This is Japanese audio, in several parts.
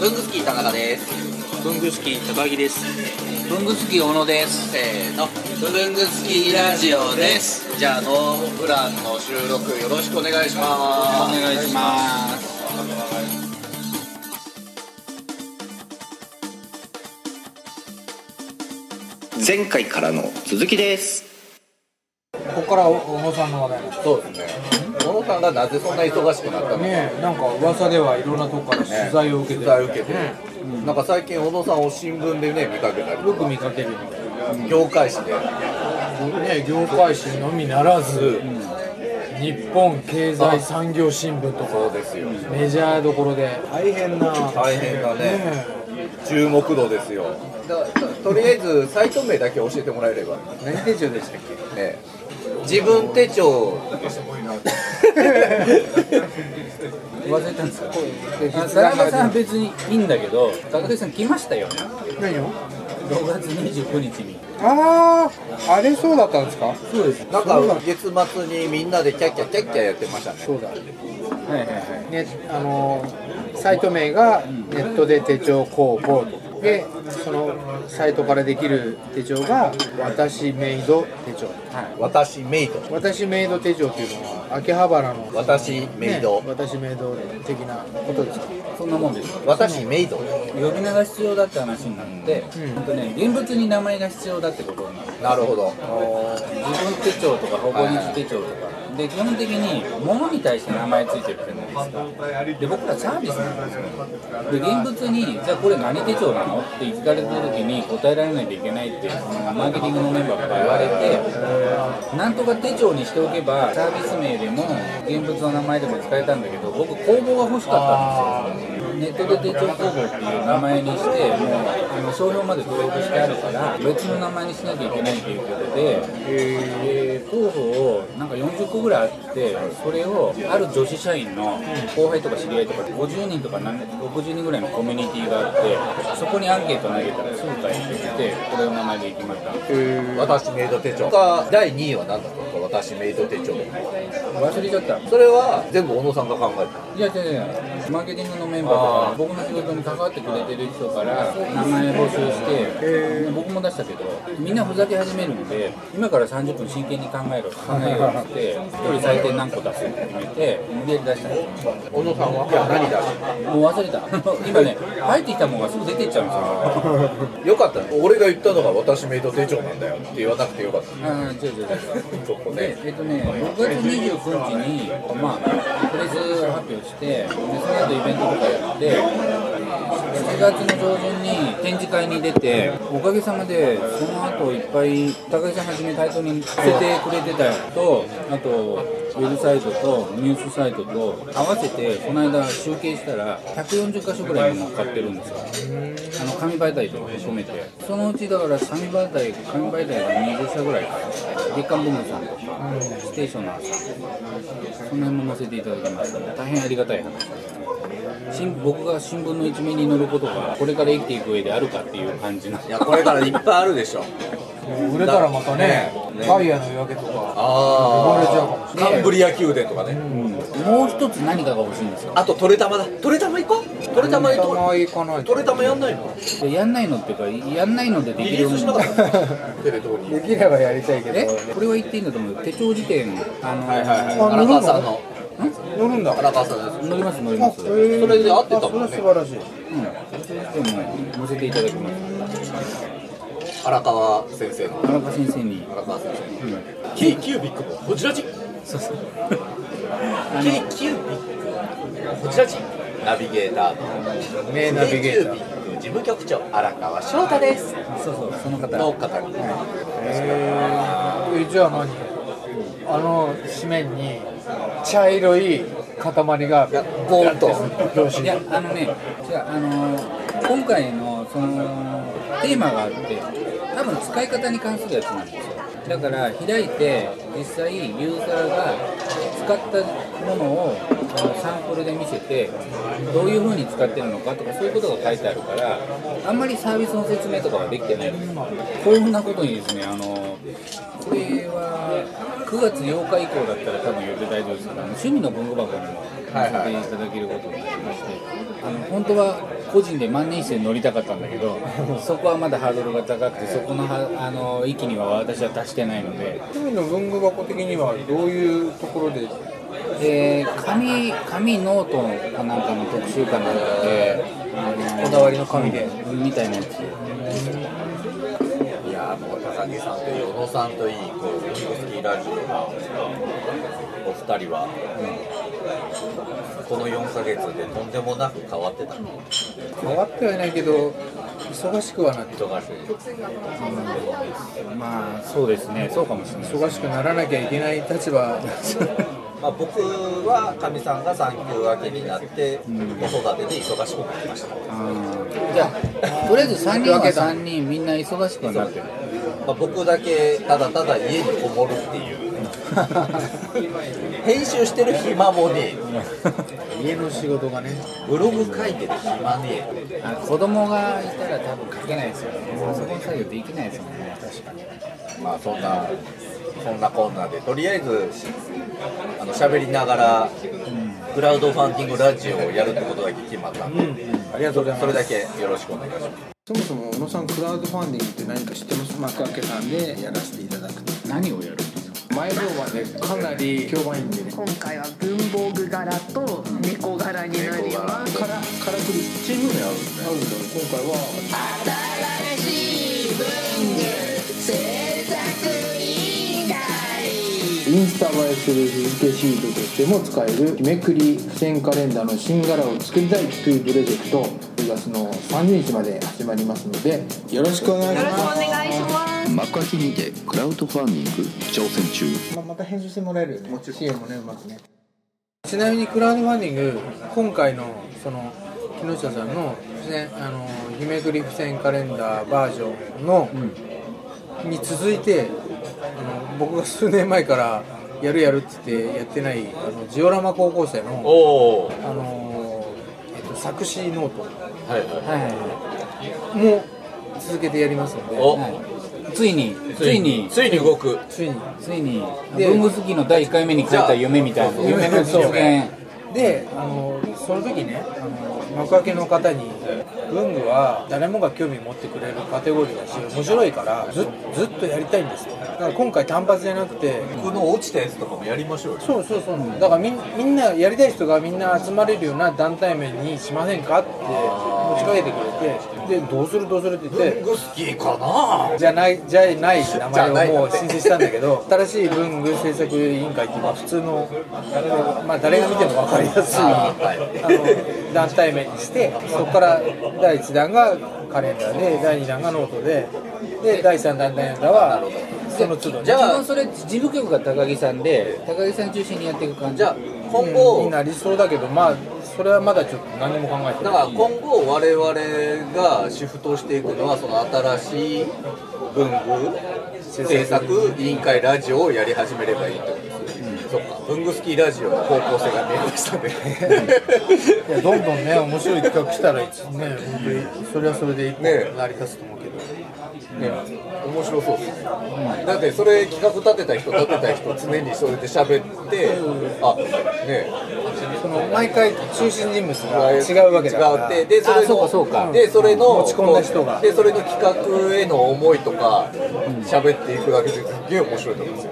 文具好き高田です文具好き高木です文具好き小野ですせーの文具好きラジオですじゃあノープランの収録よろしくお願いしますお願いします前回からの続きですここから小野さんの話題なんでそうですね小野さんがなぜそんな忙しくなったのすかねえなんか噂ではいろんなとこから取材を受けてる取材を受けてね、なんか最近小野さんを新聞でね見かけたりよく見かけるよ業界誌でね業界誌のみならず、日本経済産業新聞とそうかですよメジャーどころで大変なね大変だねえ注目度ですよだととりあえずサイト名だけ教えてもらえれば何手帳でしたっね自分手帳け忘れたんですか田中さんは別にいいんだけど高木さん来ましたよね何を6月29日にあああれそうだったんですかそうですなんか月末にみんなでキャッキャキャッキャやってましたねそうだはいはいはいね、あのーサイト名がネットで手帳工房とでそのサイトからできる手帳が私メイド手帳私メイド私メイド手帳というのは秋葉原の、ね、私メイド、私メイド的なことですかそんなもんです私メイド呼び名が必要だって話になって、うんほんとね現物に名前が必要だってことになってなるほど自分手帳とかほぼ日手帳とか、で基本的に物に対して名前ついてるじゃないですかで僕らサービスなんですよで現物にじゃあこれ何手帳なのって聞かれた時に答えられないといけないってあのマーケティングのメンバーから言われてなんとか手帳にしておけばサービス名でも現物の名前でも使えたんだけど僕工房が欲しかったんですよネットで手帳工房っていう名前にして、もうあの商標まで登録してあるから、別の名前にしなきゃいけないということで、えー候補をなんか40個ぐらいあって、それをある女子社員の後輩とか知り合いとか、50人とか何60人ぐらいのコミュニティがあって、そこにアンケート投げたらすぐ返ってきて、これの名前でいきました。私メイド手帳が第2位は何だったのか私メイド手帳忘れちゃった。それは全部小野さんが考えたいやいやいや、マーケティングのメンバーあーとか、僕の仕事に関わってくれてる人から、名前募集して、僕も出したけど、みんなふざけ始めるので、今から30分真剣に考えろ、考えろって言って、一人最低何個出すって決めて、無理やり出したんですよ小野さんは何出しもう忘れた。今ね、入ってきたもんがすぐ出ていっちゃうんでたすよ。よかった俺が言ったのが私メイド手帳なんだよって言わなくてよかっああ、違う違う違う。たちょっとでね、えっとね、6月29日に、まあ、プレス発表して、でその後イベントとかやって、7月の上旬に展示会に出て、おかげさまで、その後いっぱい、高木さんはじめタイトルに捨ててくれてたやつと、あと、ウェブサイトとニュースサイトと合わせて、この間集計したら、140箇所ぐらいに買ってるんですよ。あの紙媒体とかも含めて、そのうちだから紙媒体、紙媒体が20社ぐらいかな、月刊文具さんとか、ステーショナーさんとか、その辺も載せていただきました、大変ありがたい話です。新僕が新聞の一面に載ることが、これから生きていく上であるかっていう感じな。いやこれからいっぱいあるでしょ売れたらまたねねガイアの夜明けとか呼ばあれちゃうかもしあカンブリア宮殿とかね、もう一つ何かが欲しいんですよ。あとトレタマだトレタマ行こうトレタマれない行こ行かなういトレタマやんないのでやんないのっていうか、やんないのででリきリるよーうスしにななっかたったテレ東に できればやりたいけどえ、これは言っていいんだと思うよ。手帳辞典、あの、はいはいはいあ荒川さんの乗るんだ荒川さんのやつ乗ります乗ります。それで合ってたもんねあそれは素晴らしいうん、乗せていただきます。荒川先生の田中先生に。荒川先生うん、 K キュービックのこちらじ K そうそう。キュービックこちらじナビゲーターの名ナビゲーター K キュービック事務局長荒川翔太ですそうそう、その方。の方にえーじゃあ何あの紙面に茶色い塊がやゴーンと表紙いにや、あのね、じゃあ、あのー今回の、その、テーマがあって、多分使い方に関するやつなんですよ。だから、開いて、実際、ユーザーが使ったものを、あのサンプルで見せて、どういう風に使ってるのかとか、そういうことが書いてあるから、あんまりサービスの説明とかはできてないんですよこういうふうなことにですね、あのこれは9 9月8日以降だったら多分予定大丈夫ですけど、あの趣味の文具箱にもはいはい出演いただけることになりまして、あの本当は個人で万年筆で乗りたかったんだけ ど、そこはまだハードルが高くて、そこのはあの域には私は達してないので、趣味の文具箱的にはどういうところでえー紙紙ノートかなんかの特集かなんかで、あのこだわりの紙でみたいなやついやーもう高木さんといい小野さんといいこうキコスキーラジオのお二人は、この4ヶ月でとんでもなく変わってたの変わってはいないけど忙しくはなって忙しいまあそうですねそうかもしれないです忙しくならなきゃいけない立場まあ、僕はかみさんが産休明けになって、子育てで忙しくなりました、じゃあとりあえず3人は3人みんな忙しくはなってるまあ、僕だけただただ家にこもるって いう編集してる暇もねえ家の仕事がねブログ書いてる暇ねえあ子供がいたら多分書けないですよねパソコン作業できないですよね確かにまあそんなそんなこんなでとりあえずあの喋りながらクラウドファンディングラジオをやるってことだけ決まったんで、ありがとうございますそれだけよろしくお願いしますそもそも小野さんクラウドファンディングって何か知ってます幕開けさんでやらせていただくと何をやるんですか前評判でかなり評判いいんでね今回は文房具柄と猫柄になりますカラカラクリチーム名あるんですねあるんだ今回はインスタ映えする日付シートとしても使える日めくり付箋カレンダーの新柄を作りたいというプロジェクト10月の30日まで始まりますのでよろしくお願いしよろしくおま願いします幕開きにてクラウドファンディング挑戦中すままた編集してもらえるよねもちろん CM もねうまくねちなみにクラウドファンディング今回のその木下さんの付箋あの日めくり付箋カレンダーバージョンの、に続いてあの僕が数年前からやるやるって言ってやってないあのジオラマ高校生のおおはあのーえっと、作詞ノートいはいはいはいはも続けてやりますので、おい、はい、ついについについに動くついに。ついにで文具好きの第1回目に書いた夢みたいなじゃあ夢の実そう現で、あのーその時ね、あのー幕開けの方に、文具は誰もが興味持ってくれるカテゴリーだし、面白いからず、ずっとやりたいんですよ。だから今回単発じゃなくて、僕の落ちたやつとかもやりましょうよそうそうそう、だからみんみんなやりたい人がみんな集まれるような団体名にしませんかって持ちかけてくれてでどうするどうするって言って文具好きかなじゃないじゃない名じゃな前いをもう申請したんだけど新しい文具制作委員会っていうのは普通のまあ誰が見ても分かりやすいああーはいの団体名にしてそこから第1弾がカレンダーで第2弾がノートでで第3弾第4弾はその都度じゃあ自分それ事務局が高木さんで高木さん中心にやっていく感じじゃあ今うん後になりそうだけどまあそれはまだちょっと何も考えてだないから今後我々がシフトしていくのはその新しい文具制作委員会ラジオをやり始めればいいってことですね、そっか文具好きラジオの方向性が見えましたね いやどんどんね面白い企画したらね本当にそれはそれで一ね個成り立つと思うけど、ね面白そうですね、だってそれ企画立てた人立てた人常にそれで喋って、あねその毎回中心人物が違うわけだから違うってでそれのあそうかそうかでそれの持ち込んだ人がでそれの企画への思いとか喋っていくだけですっげえ面白いと思うんですよ、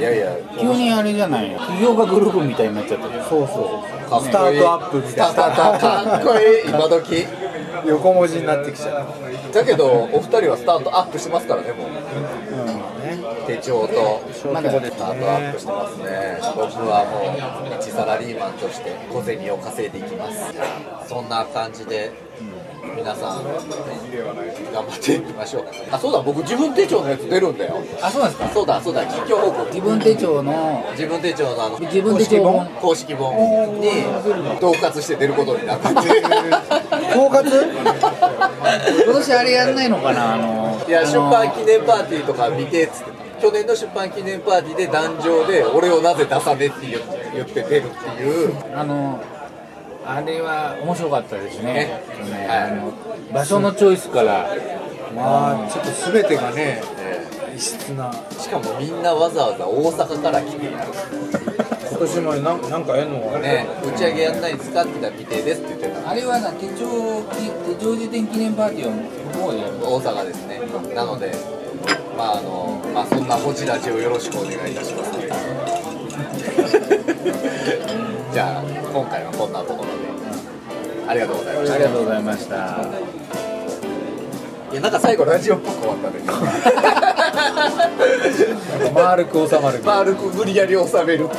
いやいや急にあれじゃない企業がグループみたいになっちゃったそうそうかっこいいスタートアップみたいなスタートアップかっこいい今時そう横文字になってきちゃうだけどお二人はスタートアップしてますからねもう、手帳とまだスタートアップしてますね僕はもう一サラリーマンとして小銭を稼いでいきますそんな感じで皆さん頑張っていきましょうあそうだ僕自分手帳のやつ出るんだよあそうなんですかそうだそうだ近況報告自分手帳の自分手帳のあの自分手帳の公式本に統括して出ることになった統括今年あれやんないのかなあのいやあの出版記念パーティーとか見てっつって去年の出版記念パーティーで壇上で俺をなぜ出さねって言って言って出るっていうあのあれは面白かったですねねねはいあの場所のチョイスからまあちょっと全てがね異質なしかもみんなわざわざ大阪から来てる今年もなんなんかやんのかねね打ち上げやんないんですかって言ったら未定ですって言ってたあれはな手帳記手帳辞典記念パーティーを向こうでやる大阪ですねなのでまああのまあそんなホチラジをよろしくお願いいたします じゃあ今回はこんなところでありがとうございましたありがとうございましたいやなんか最後ラジオっぽく終わった ね丸く収まる丸く無理やり収めるっていう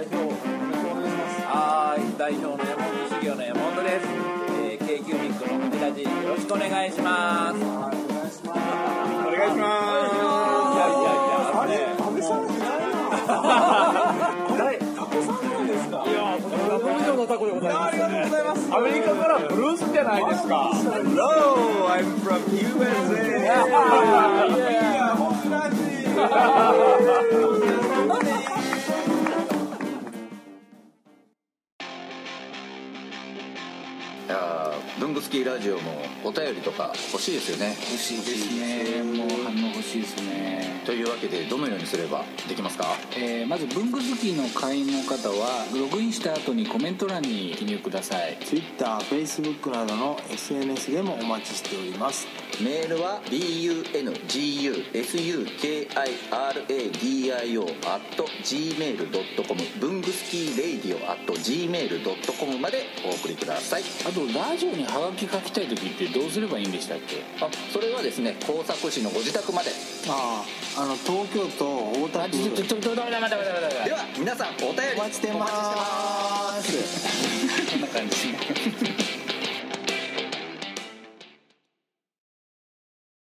はい、代表の山本修行の山本です。えー、K キュービックのホジラジよろしくお願いします。お願いします。お願いします。いやいやいや、あれ、食べされてないな。タコさんなんですか。いや、これラブ以上のタコでございます、ありがとうございます。アメリカからブルースじゃないですか。Hello, I'm from USA. いや、ホジラジ。いやー文具好きラジオもお便りとか欲しいですよね欲しいですねもう反応欲しいですねというわけでどのようにすればできますかえーまず文具好きの会員の方はログインした後にコメント欄に記入ください TwitterFacebook などの SNS でもお待ちしておりますメールは bungusukiradio.gmail.com 文具スキーレイディオ .gmail.com までお送りくださいあとラジオにハガキ書きたい時ってどうすればいいんでしたっけあそれはですね工作士のご自宅まであああの東京都大田区ちょちょちょちょ待って待って待って待ってでは皆さんお便りお待ちしてますこんな感じですね